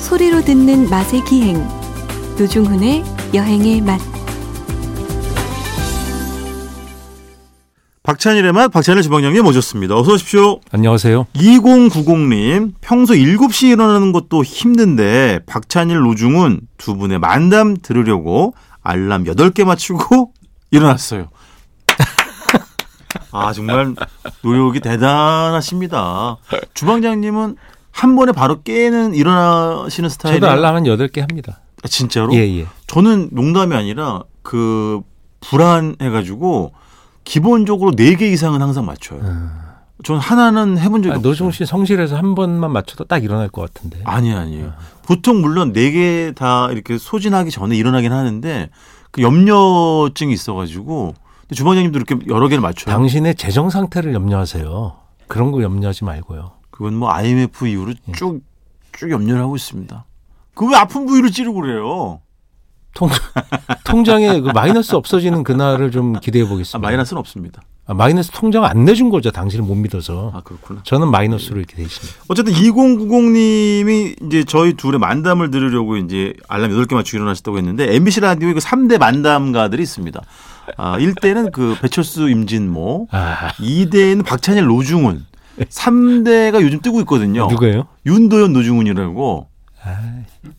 소리로 듣는 맛의 기행 노중훈의 여행의 맛 박찬일의 맛, 박찬일 주방장님 모셨습니다. 어서 오십시오. 안녕하세요. 2090님, 평소 7시 일어나는 것도 힘든데 박찬일, 노중훈 두 분의 만담 들으려고 알람 8개 맞추고 일어났어요. 아, 정말 노력이 대단하십니다. 주방장님은 한 번에 바로 깨는 일어나시는 스타일이에요? 저도 알람 한 8개 합니다. 아, 진짜로? 예, 예. 저는 농담이 아니라 그 불안해가지고 기본적으로 4개 이상은 항상 맞춰요. 전 하나는 해본 적이 음. 아, 없어요. 노중훈 씨 성실해서 한 번만 맞춰도 딱 일어날 것 같은데. 네. 아니 아니에요. 보통 물론 네 개 다 이렇게 소진하기 전에 일어나긴 하는데 그 염려증이 있어가지고 근데 주방장님도 이렇게 여러 개를 맞춰요. 당신의 재정 상태를 염려하세요. 그런 거 염려하지 말고요. 그건 뭐 IMF 이후로 예. 쭉 쭉 염려를 하고 있습니다. 그 왜 아픈 부위를 찌르고 그래요? 통, 통장에 그 마이너스 없어지는 그날을 좀 기대해 아, 보겠습니다. 마이너스는 없습니다. 아, 마이너스 통장 안 내준 거죠. 당신을 못 믿어서. 아 그렇구나. 저는 마이너스로 이렇게 돼 있습니다. 어쨌든 2090님이 이제 저희 둘의 만담을 들으려고 이제 알람 8개 맞추고 일어나셨다고 했는데 MBC 라디오에 그 3대 만담가들이 있습니다. 아, 1대는 그 배철수 임진모, 아, 2대에는 박찬일, 노중훈. 3대가 요즘 뜨고 있거든요. 누구예요? 윤도현, 노중훈이라고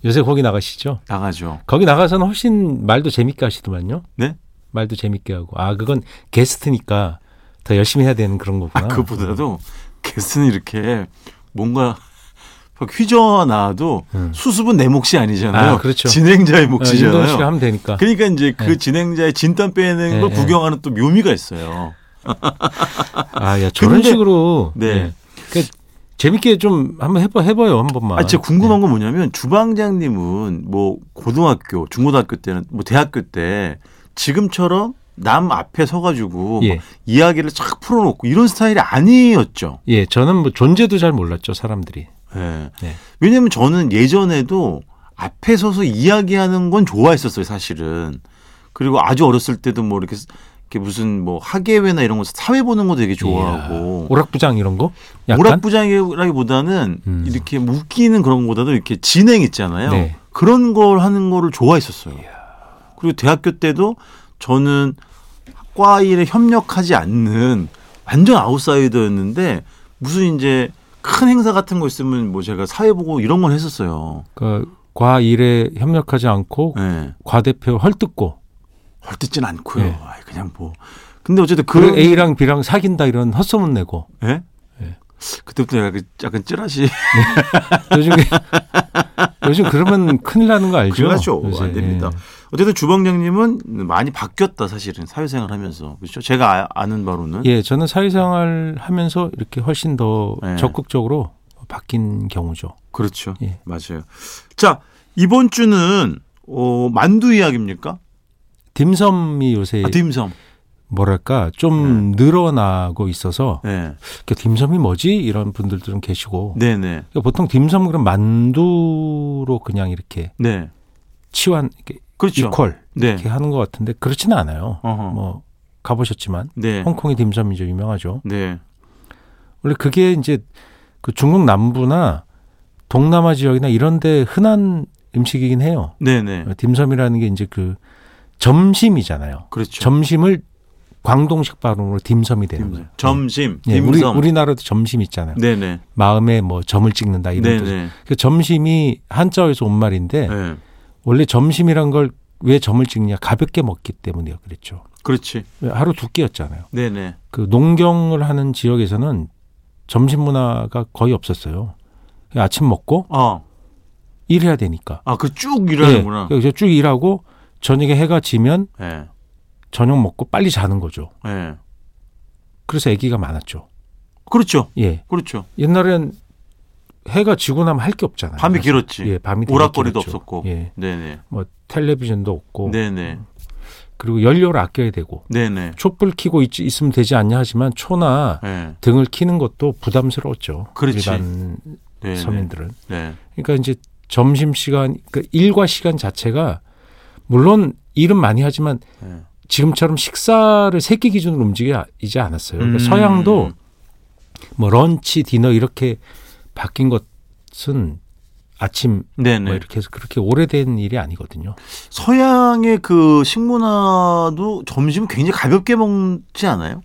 요새 거기 나가시죠? 나가죠. 거기 나가서는 훨씬 말도 재밌게 하시더만요. 네? 말도 재밌게 하고. 아, 그건 게스트니까 더 열심히 해야 되는 그런 아, 거구나. 그보다도 게스트는 이렇게 뭔가 막 휘저어놔도 수습은 내 몫이 아니잖아요. 아, 그렇죠. 진행자의 어, 윤도현 몫이잖아요. 씨가 하면 되니까. 그러니까 이제 그 네. 진행자의 진땀 빼는 네, 걸 네. 구경하는 또 묘미가 있어요. 아, 야, 저런 근데- 식으로. 네. 예. 그, 재밌게 좀 한번 해봐, 해봐요, 한 번만. 아, 제가 네. 궁금한 건 뭐냐면 주방장님은 뭐 고등학교, 중고등학교 때는 뭐 대학교 때 지금처럼 남 앞에 서가지고 예. 막 이야기를 착 풀어놓고 이런 스타일이 아니었죠. 예, 저는 뭐 존재도 잘 몰랐죠, 사람들이. 예. 네. 왜냐면 저는 예전에도 앞에 서서 이야기하는 건 좋아했었어요, 사실은. 그리고 아주 어렸을 때도 뭐 이렇게, 이렇게 무슨 뭐 학예회나 이런 거 사회 보는 거 되게 이야, 좋아하고. 오락부장 이런 거? 약간? 오락부장이라기보다는 음. 이렇게 뭐 웃기는 그런 것보다도 이렇게 진행 있잖아요. 네. 그런 걸 하는 거를 좋아했었어요. 그리고 대학교 때도 저는 과 일에 협력하지 않는 완전 아웃사이더였는데 무슨 이제 큰 행사 같은 거 있으면 뭐 제가 사회 보고 이런 걸 했었어요. 그, 과 일에 협력하지 않고, 예. 과 대표 헐뜯고, 헐뜯진 않고요. 네. 아이, 그냥 뭐. 근데 어쨌든 그 그런 A랑 B랑 사귄다 이런 헛소문 내고. 예? 예. 그때부터 약간, 약간 찌라시 요즘, 요즘 그러면 큰일 나는 거 알죠? 큰일 나죠. 요새, 네, 안 됩니다. 예. 어쨌든 주방장님은 많이 바뀌었다 사실은 사회생활 하면서 그렇죠. 제가 아- 아는 바로는 예, 저는 사회생활 하면서 이렇게 훨씬 더 예. 적극적으로 바뀐 경우죠. 그렇죠. 예. 맞아요. 자 이번 주는 어, 만두 이야기입니까? 딤섬이 요새 아, 딤섬. 뭐랄까 좀 늘어나고 있어서 네, 그 딤섬이 뭐지 이런 분들도 좀 계시고 네, 네, 그러니까 보통 딤섬 그럼 만두로 그냥 이렇게 네. 치환 이렇게 그렇죠. 이퀄 네, 이렇게 하는 것 같은데 그렇지는 않아요. 어허. 뭐 가보셨지만 네, 홍콩의 딤섬이 좀 유명하죠. 네. 원래 그게 이제 그 중국 남부나 동남아 지역이나 이런데 흔한 음식이긴 해요. 그러니까 네, 네. 예. 딤섬이라는 게 이제 그 점심이잖아요. 그렇죠. 점심을 광동식 발음으로 딤섬이 되는 거예요. 딤섬. 점심. 예, 우리 딤섬. 우리나라도 점심 있잖아요. 네, 네, 마음에 뭐 점을 찍는다 네, 이런 예. 뜻. 네. 그 점심이 한자어에서 온 말인데 네. 원래 점심이란 걸 왜 점을 찍냐 가볍게 먹기 때문이요 그랬죠. 그렇지. 하루 두 끼였잖아요. 네, 네. 그 농경을 하는 지역에서는 점심 문화가 거의 없었어요. 아침 먹고 아, 일해야 되니까. 아, 그 쭉 일하는구나. 예, 그래서 쭉 일하고 저녁에 해가 지면 네, 저녁 먹고 빨리 자는 거죠. 네. 그래서 아기가 많았죠. 그렇죠. 예. 그렇죠. 옛날엔 해가 지고 나면 할 게 없잖아요. 밤이 길었지. 예, 밤이 되게 오락거리도 길었죠. 없었고. 예. 네, 네. 뭐 텔레비전도 없고 네네. 그리고 연료를 아껴야 되고 네네. 촛불 켜고 있, 있으면 되지 않냐 하지만 초나 네. 등을 켜는 것도 부담스러웠죠. 그렇지. 일반 네네. 서민들은. 네. 그러니까 이제 점심 시간 그 일과 시간 자체가 물론 일은 많이 하지만 네. 지금처럼 식사를 세끼 기준으로 움직이지 않았어요. 그러니까 음. 서양도 뭐 런치, 디너 이렇게 바뀐 것은 아침 네네. 뭐 이렇게 해서 그렇게 오래된 일이 아니거든요. 서양의 그 식문화도 점심 굉장히 가볍게 먹지 않아요?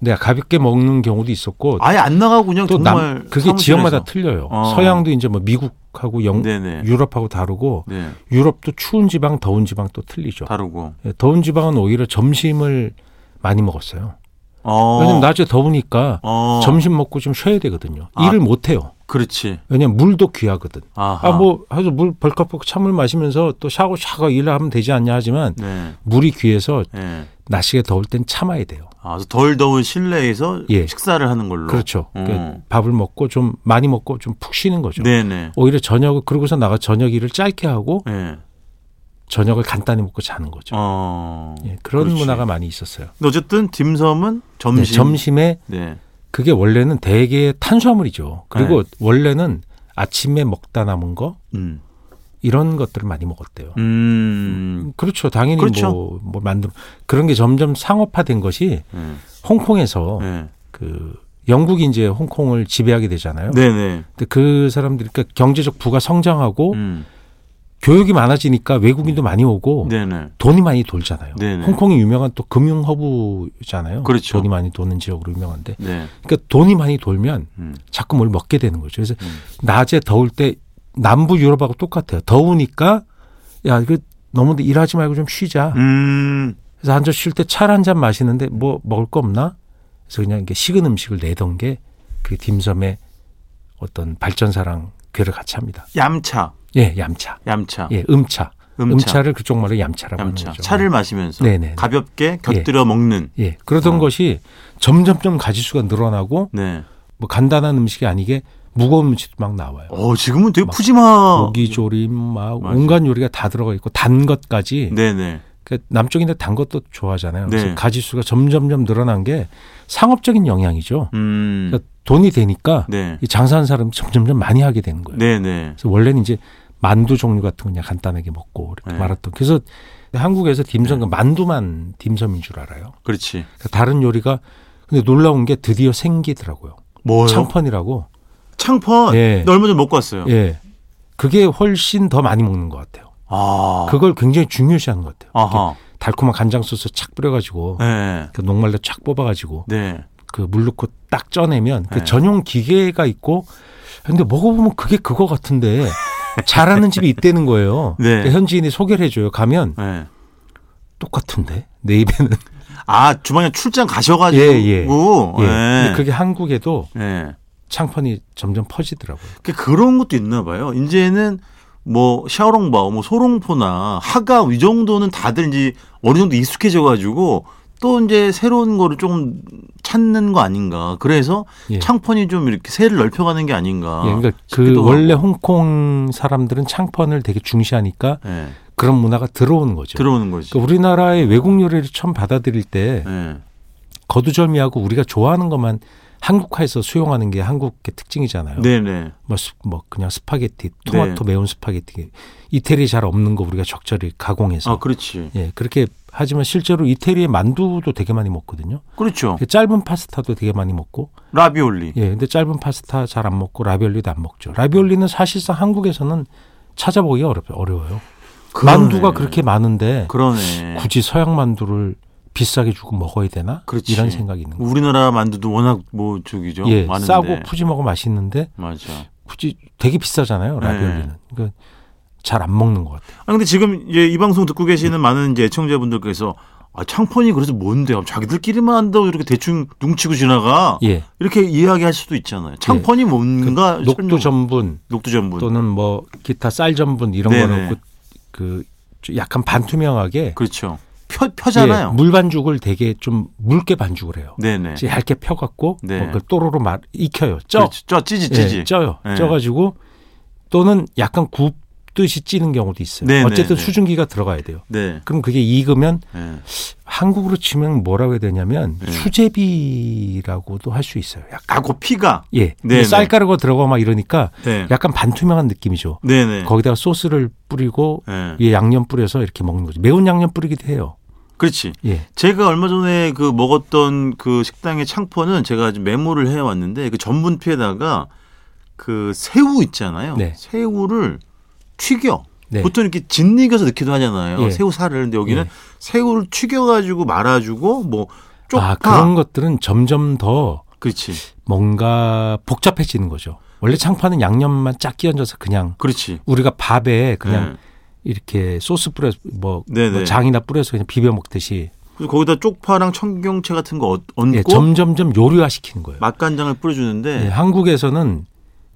네, 가볍게 먹는 경우도 있었고 아예 안 나가고 그냥 뭐 또 정말 남, 그게 사무실에서. 지역마다 틀려요. 어. 서양도 이제 뭐 미국하고 영, 네네. 유럽하고 다르고 네. 유럽도 추운 지방, 더운 지방 또 틀리죠. 다르고. 예, 더운 지방은 오히려 점심을 많이 먹었어요. 어. 왜냐면 낮에 더우니까 어. 점심 먹고 좀 쉬어야 되거든요. 아. 일을 못 해요. 그렇지. 왜냐면 물도 귀하거든. 아하. 아, 뭐, 하여서 물 벌컥벌컥 찬물 마시면서 또 샤워 샤워 일을 하면 되지 않냐 하지만 네. 물이 귀해서 예. 날씨가 더울 땐 참아야 돼요. 아, 그래서 덜 더운 실내에서 예. 식사를 하는 걸로. 그렇죠. 음. 그러니까 밥을 먹고 좀 많이 먹고 좀 푹 쉬는 거죠. 네네. 오히려 저녁, 그러고서 나가 저녁 일을 짧게 하고 예. 저녁을 간단히 먹고 자는 거죠. 어. 그렇죠. 예, 그런 그렇지. 문화가 많이 있었어요. 근데 어쨌든 딤섬은 네, 점심. 점심에 네. 그게 원래는 대개 탄수화물이죠. 그리고 원래는 아침에 먹다 남은 거 음. 이런 것들을 많이 먹었대요. 음. 그렇죠. 당연히 그렇죠. 뭐, 뭐 만들 그런 게 점점 상업화된 것이 네. 홍콩에서 네. 그 영국이 이제 홍콩을 지배하게 되잖아요. 네네. 근데 그 사람들이 그러니까 경제적 부가 성장하고 음. 교육이 많아지니까 외국인도 많이 오고 네네. 돈이 많이 돌잖아요. 네네. 홍콩이 유명한 또 금융 허브잖아요. 그렇죠. 돈이 많이 도는 지역으로 유명한데. 네. 그러니까 돈이 많이 돌면 음. 자꾸 뭘 먹게 되는 거죠. 그래서 음. 낮에 더울 때 남부 유럽하고 똑같아요. 더우니까 야, 이거 너무 일하지 말고 좀 쉬자. 음. 그래서 앉아 쉴 때 차를 한 잔 마시는데 뭐 먹을 거 없나? 그래서 그냥 이렇게 식은 음식을 내던 게 그 딤섬의 어떤 발전사랑 괴를 같이 합니다. 얌차. 예, 얌차. ям차. 예, 음차. 아. 음차. 음차. 를 그쪽 말로 얌차라고 하는 얌차. 거죠. 차를 마시면서 네네. 가볍게 곁들여 먹는. 예, 그러던 어. 것이 점점점 가지수가 늘어나고 네. 뭐 간단한 음식이 아니게 무거운 음식도 막 나와요. 어, 지금은 되게 푸짐하. 고기 조림, 막 어. 맞아요. 온갖 요리가 다 들어가 있고 단 것까지. 네네. 그 남쪽인데 단 것도 좋아하잖아요. 네. 그래서 가지수가 점점점 늘어난 게 상업적인 영향이죠. 음. 그러니까 돈이 되니까 네. 이 장사하는 사람이 점점점 많이 하게 되는 거예요. 네네. 그래서 원래는 이제 만두 종류 같은 거 그냥 간단하게 먹고 이렇게 네. 말았던. 그래서 한국에서 딤섬 그 만두만 dim섬인 줄 알아요. 그렇지. 그러니까 다른 요리가 근데 놀라운 게 드디어 생기더라고요. 뭐요? 창펀이라고. 창펀. 예. 나 얼마 전에 먹고 왔어요. 예. 그게 훨씬 더 많이 먹는 것 같아요. 아. 그걸 굉장히 중요시하는 것 같아요. 아하. 이렇게 달콤한 간장 소스 착 뿌려가지고 네. 그 녹말로 착 뽑아가지고 네. 그 물 넣고 딱 쪄내면 그 네. 전용 기계가 있고 근데 먹어보면 그게 그거 같은데 잘하는 집이 있다는 거예요. 네. 그러니까 현지인이 소개를 해줘요. 가면 네. 똑같은데 내 입에는. 아, 주방에 출장 가셔가지고. 예, 예. 예. 예. 근데 그게 한국에도 예. 창판이 점점 퍼지더라고요. 그 그런 것도 있나 봐요. 이제는 뭐 샤오롱바오, 뭐 소롱포나 하가 이 정도는 다들 이제 어느 정도 익숙해져 가지고 또 이제 새로운 거를 조금 찾는 거 아닌가. 그래서 예. 창펀이 좀 이렇게 새를 넓혀가는 게 아닌가. 예, 그러니까 그 싶기도 원래 홍콩 사람들은 창펀을 되게 중시하니까 하고. 예, 그런 문화가 들어오는 거죠. 들어오는 거지. 그렇죠. 그러니까 우리나라의 외국 요리를 처음 받아들일 때 예. 거두절미하고 우리가 좋아하는 것만 한국화해서 수용하는 게 한국의 특징이잖아요. 네네. 네. 뭐, 스- 뭐 그냥 스파게티, 토마토 매운 스파게티. 이태리 에잘 없는 거 우리가 적절히 가공해서. 아, 그렇지. 예, 그렇게 하지만 실제로 이태리의 만두도 되게 많이 먹거든요. 그렇죠. 짧은 파스타도 되게 많이 먹고. 라비올리. 예, 근데 짧은 파스타 잘 안 먹고 라비올리도 안 먹죠. 라비올리는 사실상 한국에서는 찾아보기 어려, 어려워요. 그러네. 예. 만두가 그렇게 많은데 그러네. 굳이 서양 만두를 비싸게 주고 먹어야 되나? 그렇지. 이런 생각이 있는 거예요. 우리나라 만두도 워낙 뭐 저기죠. 예, 많은데. 싸고 푸짐하고 맛있는데 맞아. 굳이 되게 네. 비싸잖아요. 라비올리는. 그러니까 잘 안 먹는 것 같아요. 아 근데 지금 이제 이 방송 듣고 계시는 많은 이제 애청자분들께서 아, 창폰이 그래서 뭔데? 요 자기들끼리만 한다고 이렇게 대충 뭉치고 지나가 예. 그 이렇게 이야기할 수도 있잖아요. 창폰이 뭔가 녹두 설명- 전분 녹두전분 또는 뭐 기타 쌀 전분 이런 네네. 거는 그- 그좀 약간 반투명하게 그렇죠. 펴 펴잖아요. 예, 물 반죽을 되게 좀 묽게 반죽을 해요. 네네. 이제 얇게 펴갖고 네. 뭐 그걸 또로로 말 익혀요. 예. 쪄. 그렇죠. 쪄 찌지 찌지. 예, 쪄요. 예. 쪄가지고 또는 약간 굽듯이 찌는 경우도 있어요. 네, 네, 어쨌든 네. 수증기가 들어가야 돼요. 네. 그럼 그게 익으면 예. 한국으로 치면 뭐라고 해야 되냐면 네. 수제비라고도 할 수 있어요. 약간 아, 그 피가. 예, 네, 쌀 네. 가루가 들어가 막 이러니까 네. 약간 반투명한 느낌이죠. 네네. 거기다가 소스를 뿌리고 예. 위에 양념 뿌려서 이렇게 먹는 거죠. 매운 양념 뿌리기도 해요. 그렇지. 예, 제가 얼마 전에 그 먹었던 그 식당의 창포는 제가 지금 메모를 해 왔는데 그 전분피에다가 그 새우 있잖아요. 네. 새우를 튀겨. 네. 보통 이렇게 짓익여서 넣기도 하잖아요. 예. 새우 살을. 근데 여기는 예. 새우를 튀겨가지고 말아주고 뭐 쪽파. 아, 그런 것들은 점점 더 그렇지. 뭔가 복잡해지는 거죠. 원래 창파는 양념만 쫙 끼얹어서 그냥 그렇지. 우리가 밥에 그냥 네. 이렇게 소스 뿌려 뭐, 네네. 뭐 장이나 뿌려서 그냥 비벼 먹듯이 그래서 거기다 쪽파랑 청경채 같은 거 얹- 얹고 네. 예, 점점점 요리화 시키는 거예요. 맛간장을 뿌려주는데 예, 한국에서는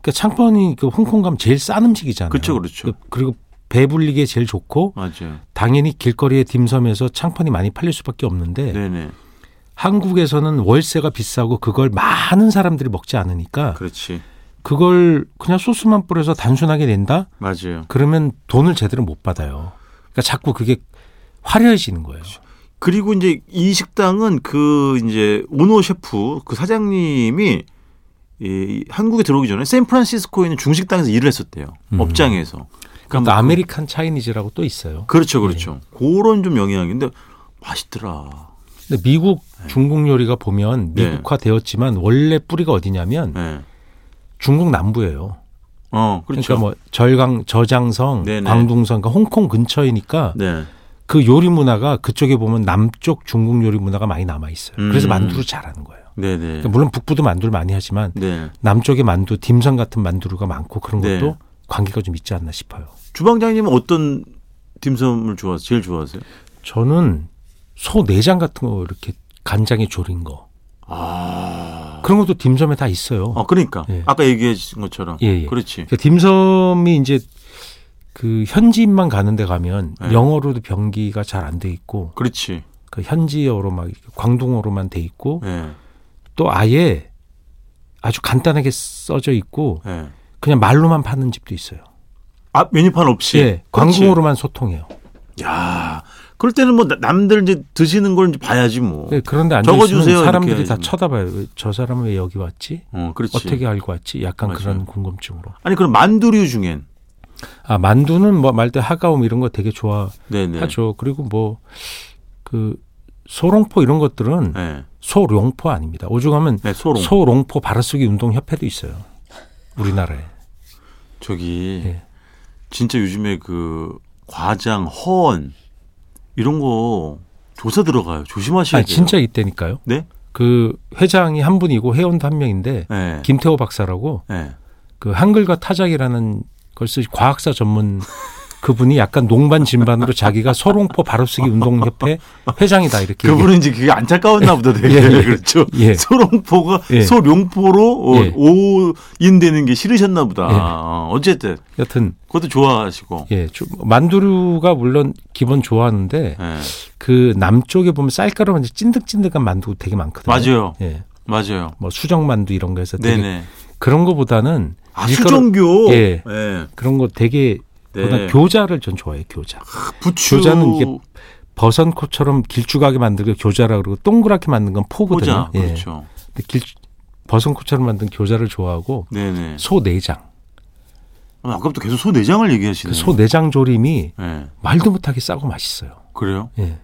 그 창펀이 그 홍콩 가면 제일 싼 음식이잖아요. 그쵸, 그렇죠. 그- 그리고 배불리게 제일 좋고 맞아요. 당연히 길거리에 딤섬에서 창펀이 많이 팔릴 수밖에 없는데 네네. 한국에서는 월세가 비싸고 그걸 많은 사람들이 먹지 않으니까 그렇지. 그걸 그냥 소스만 뿌려서 단순하게 낸다? 맞아요. 그러면 돈을 제대로 못 받아요. 그러니까 자꾸 그게 화려해지는 거예요. 그렇죠. 그리고 이제 이 식당은 그 이제 오노 셰프 그 사장님이 이 한국에 들어오기 전에 샌프란시스코에 있는 중식당에서 일을 했었대요. 음. 업장에서. 그러니까 또 아메리칸 네. 차이니즈라고 또 있어요. 그렇죠, 그렇죠. 그런 좀 영향인데 맛있더라. 근데 미국 중국 요리가 보면 네. 미국화되었지만 원래 뿌리가 어디냐면 네. 중국 남부예요. 어, 그러 그렇죠. 니까뭐 절강, 저장성, 네네. 광둥성, 그러니까 홍콩 근처이니까 네. 그 요리 문화가 그쪽에 보면 남쪽 중국 요리 문화가 많이 남아 있어요. 그래서 음. 만두를 잘하는 거예요. 네, 그러니까 네. 물론 북부도 만두를 많이 하지만 네. 남쪽에 만두, 딤섬 같은 만두류가 많고 그런 네. 것도 관계가 좀 있지 않나 싶어요. 주방장님은 어떤 딤섬을 좋아하세요? 제일 좋아하세요? 저는 소 내장 같은 거 이렇게 간장에 졸인 거 아. 그런 것도 딤섬에 다 있어요. 아, 그러니까. 예. 아까 얘기해 주신 것처럼. 예, 예. 그렇지. 그러니까 딤섬이 이제 그 현지인만 가는데 가면 네. 영어로도 병기가 잘 안 돼 있고 그렇지. 그 현지어로 막 이렇게 광둥어로만 돼 있고 예. 또 아예 아주 간단하게 써져 있고 예. 그냥 말로만 파는 집도 있어요. 아, 메뉴판 없이. 예, 그렇지. 광둥어로만 소통해요. 야, 그럴 때는 뭐 나- 남들 이제 드시는 걸 이제 봐야지 뭐. 네, 그런데 앉아 적어주세요, 있으면 사람들이 이렇게 다 해야지. 쳐다봐요. 왜저 사람은 왜 여기 왔지? 어, 그렇지. 어떻게 알고 왔지? 약간 맞아요. 그런 궁금증으로. 아니 그럼 만두류 중엔. 아 만두는 뭐 말대 하가움 이런 거 되게 좋아하죠. 네네. 그리고 뭐 그 소롱포 이런 것들은 네. 소룡포 아닙니다. 오죽하면 네, 소롱. 소롱포 바로쓰기 운동 협회도 있어요. 우리나라에. 저기 예. 진짜 요즘에 그 과장, 허언 이런 거 조사 들어가요. 조심하셔야 아니 돼요. 진짜 이때니까요. 네? 그 회장이 한 분이고 회원도 한 명인데 네. 김태호 박사라고 네. 그 한글과 타작이라는 걸 쓰시 과학사 전문 그분이 약간 농반 진반으로 자기가 소롱포 바로쓰기 운동협회 회장이다 이렇게 그분은 이제 그게 안타까웠나 보다 되게 예, 예. 그렇죠. 예. 소롱포가 예. 소룡포로 어, 예. 오인되는 게 싫으셨나 보다. 예. 어, 어쨌든 여튼 그것도 좋아하시고. 예, 좀 만두류가 물론 기본 좋아하는데 예. 그 남쪽에 보면 쌀가루 만두 찐득찐득한 만두 되게 많거든요. 맞아요. 예. 맞아요. 뭐 수정 만두 이런 거에서 되게 네네. 그런 거보다는 아, 밀가루- 수정교. 예. 예. 그런 거 되게 네. 그 보다 교자를 전 좋아해요. 교자. 부추. 교자는 이게 버선코처럼 길쭉하게 만들고 교자라 그러고 동그랗게 만든 건 포거든요. 보자. 예. 그렇죠. 근데 길 버선코처럼 만든 교자를 좋아하고 네네. 소 내장. 아, 아까부터 계속 소 내장을 얘기하시네요. 그 소 내장 조림이 예. 말도 못하게 싸고 맛있어요. 그래요? 예.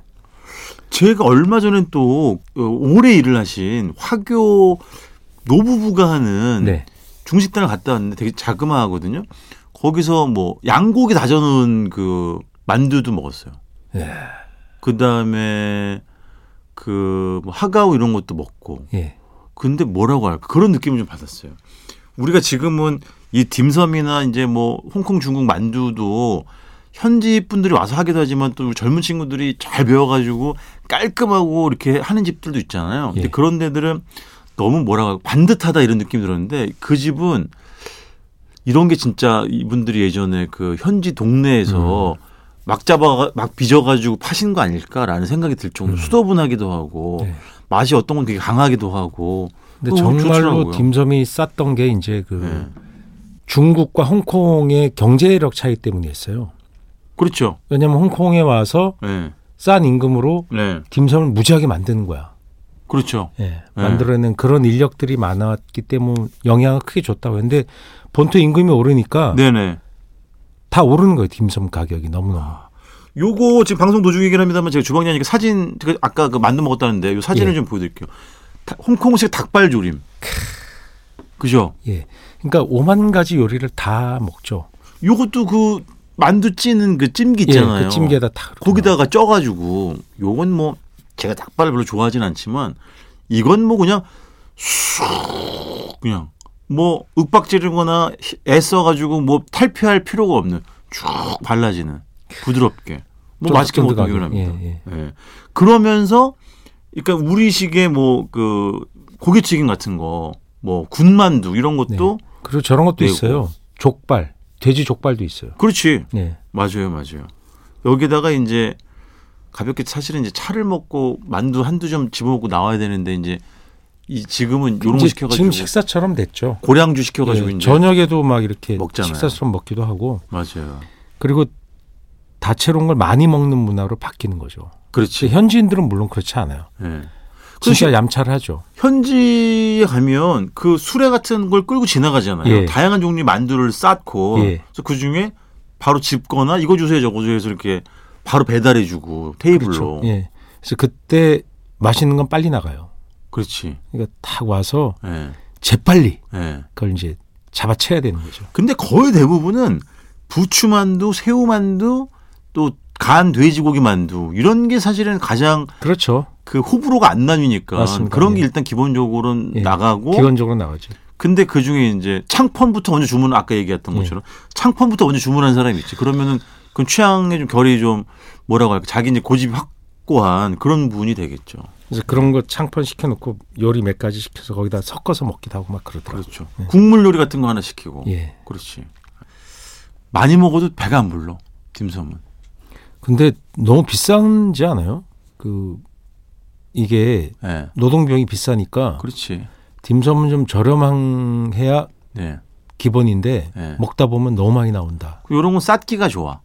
제가 얼마 전에 또 어, 오래 일을 하신 화교 노부부가 하는 네. 중식당을 갔다 왔는데 되게 자그마하거든요. 거기서 뭐 양고기 다져놓은 그 만두도 먹었어요. 예. 그 다음에 그뭐 하가오 이런 것도 먹고. 예. 근데 뭐라고 할까 그런 느낌을 좀 받았어요. 우리가 지금은 이 딤섬이나 이제 뭐 홍콩 중국 만두도 현지 분들이 와서 하기도 하지만 또 우리 젊은 친구들이 잘 배워가지고 깔끔하고 이렇게 하는 집들도 있잖아요. 근데 예. 그런 데들은 너무 뭐라고 할까 반듯하다 이런 느낌이 들었는데 그 집은 이런 게 진짜 이분들이 예전에 그 현지 동네에서 음. 막 잡아 막 빚어가지고 파신 거 아닐까라는 생각이 들 정도로 수도분하기도 하고 음. 네. 맛이 어떤 건 되게 강하기도 하고. 근데 어, 그거 정말로 좋더라고요. 딤섬이 쌌던 게 이제 그 네. 중국과 홍콩의 경제력 차이 때문이었어요. 그렇죠. 왜냐하면 홍콩에 와서 네. 싼 임금으로 네. 딤섬을 무지하게 만드는 거야. 그렇죠. 예, 만들어낸 그런 인력들이 많았기 때문에 영향을 크게 줬다고 했는데 본토 임금이 오르니까 네네. 다 오르는 거예요. 딤섬 가격이 너무너무. 요거 지금 방송 도중이긴 합니다만 제가 주방장님께 사진 제가 아까 그 만두 먹었다는데 요 사진을 예. 좀 보여드릴게요. 다- 홍콩식 닭발 조림. 그죠? 예. 그러니까 5만 가지 요리를 다 먹죠. 요것도 그 만두 찌는 그 찜기 예, 있잖아요. 그 찜기에다 다 그렇구나. 거기다가 쪄가지고 요건 뭐 제가 닭발을 별로 좋아하진 않지만 이건 뭐 그냥 쑥 그냥 뭐 윽박지르거나 애써가지고 뭐 탈피할 필요가 없는 쭉 발라지는 부드럽게 뭐 맛있게 먹고 쫀득쫀득하게. 비교를 합니다. 예, 예. 예. 그러면서 그러니까 우리식의 뭐 그 고기튀김 같은 거 뭐 군만두 이런 것도 그리고 저런 것도 매우고. 있어요. 족발, 돼지 족발도 있어요. 그렇지 네. 맞아요, 맞아요. 여기다가 이제 가볍게 사실은 이제 차를 먹고 만두 한두 점 집어먹고 나와야 되는데 이제 이 지금은 요런 거그 이제 시켜가지고 지금 식사처럼 됐죠. 고량주 시켜가지고 예, 이제 저녁에도 막 이렇게 먹잖아요. 식사처럼 먹기도 하고 맞아요. 그리고 다채로운 걸 많이 먹는 문화로 바뀌는 거죠. 그렇지. 현지인들은 물론 그렇지 않아요. 예. 그 진짜 얌차를 하죠. 현지에 가면 그 수레 같은 걸 끌고 지나가잖아요. 예. 다양한 종류의 만두를 쌓고 예. 그래서 그 중에 바로 집거나 이거 주세요, 저거 주세요 해서 이렇게 바로 배달해주고 테이블로. 그렇죠. 예. 그래서 그때 맛있는 건 빨리 나가요. 그렇지. 그러니까 딱 와서 예. 재빨리 예. 그걸 이제 잡아채야 되는 거죠. 근데 거의 대부분은 부추만두, 새우만두, 또 간 돼지고기 만두 이런 게 사실은 가장 그렇죠. 그 호불호가 안 나뉘니까 맞습니다. 그런 게 예. 일단 기본적으로는 예. 나가고 기본적으로 나가죠. 근데 그 중에 이제 창펀부터 먼저 주문 아까 얘기했던 예. 것처럼 창펀부터 먼저 주문한 사람이 있지 그러면은 그건 취향의 좀 결이 좀 뭐라고 할까 자기 이제 고집이 확고한 그런 분이 되겠죠. 그래서 그런 거 창펀 시켜놓고 요리 몇 가지 시켜서 거기다 섞어서 먹기도 하고 막 그러더라고요. 그렇죠. 국물 요리 같은 거 하나 시키고 예. 그렇지. 많이 먹어도 배가 안 불러 딤섬은. 근데 너무 비싼지 않아요? 그 이게 예. 노동 비용이 비싸니까 그렇지. 딤섬은 좀 저렴해야 네. 기본인데 네. 먹다 보면 너무 많이 나온다. 이런 건 쌓기가 좋아.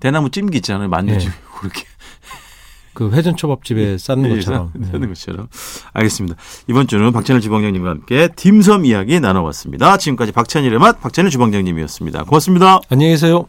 대나무 찜기 있잖아요. 네. 만두찜 그렇게 그 예. 회전초밥집에 싸는 것처럼. 네. 하는 것처럼. 알겠습니다. 이번 주는 박찬일 주방장님과 함께 딤섬 이야기 나눠봤습니다. 지금까지 박찬일의 맛 박찬일 주방장님이었습니다. 고맙습니다. 안녕히 계세요.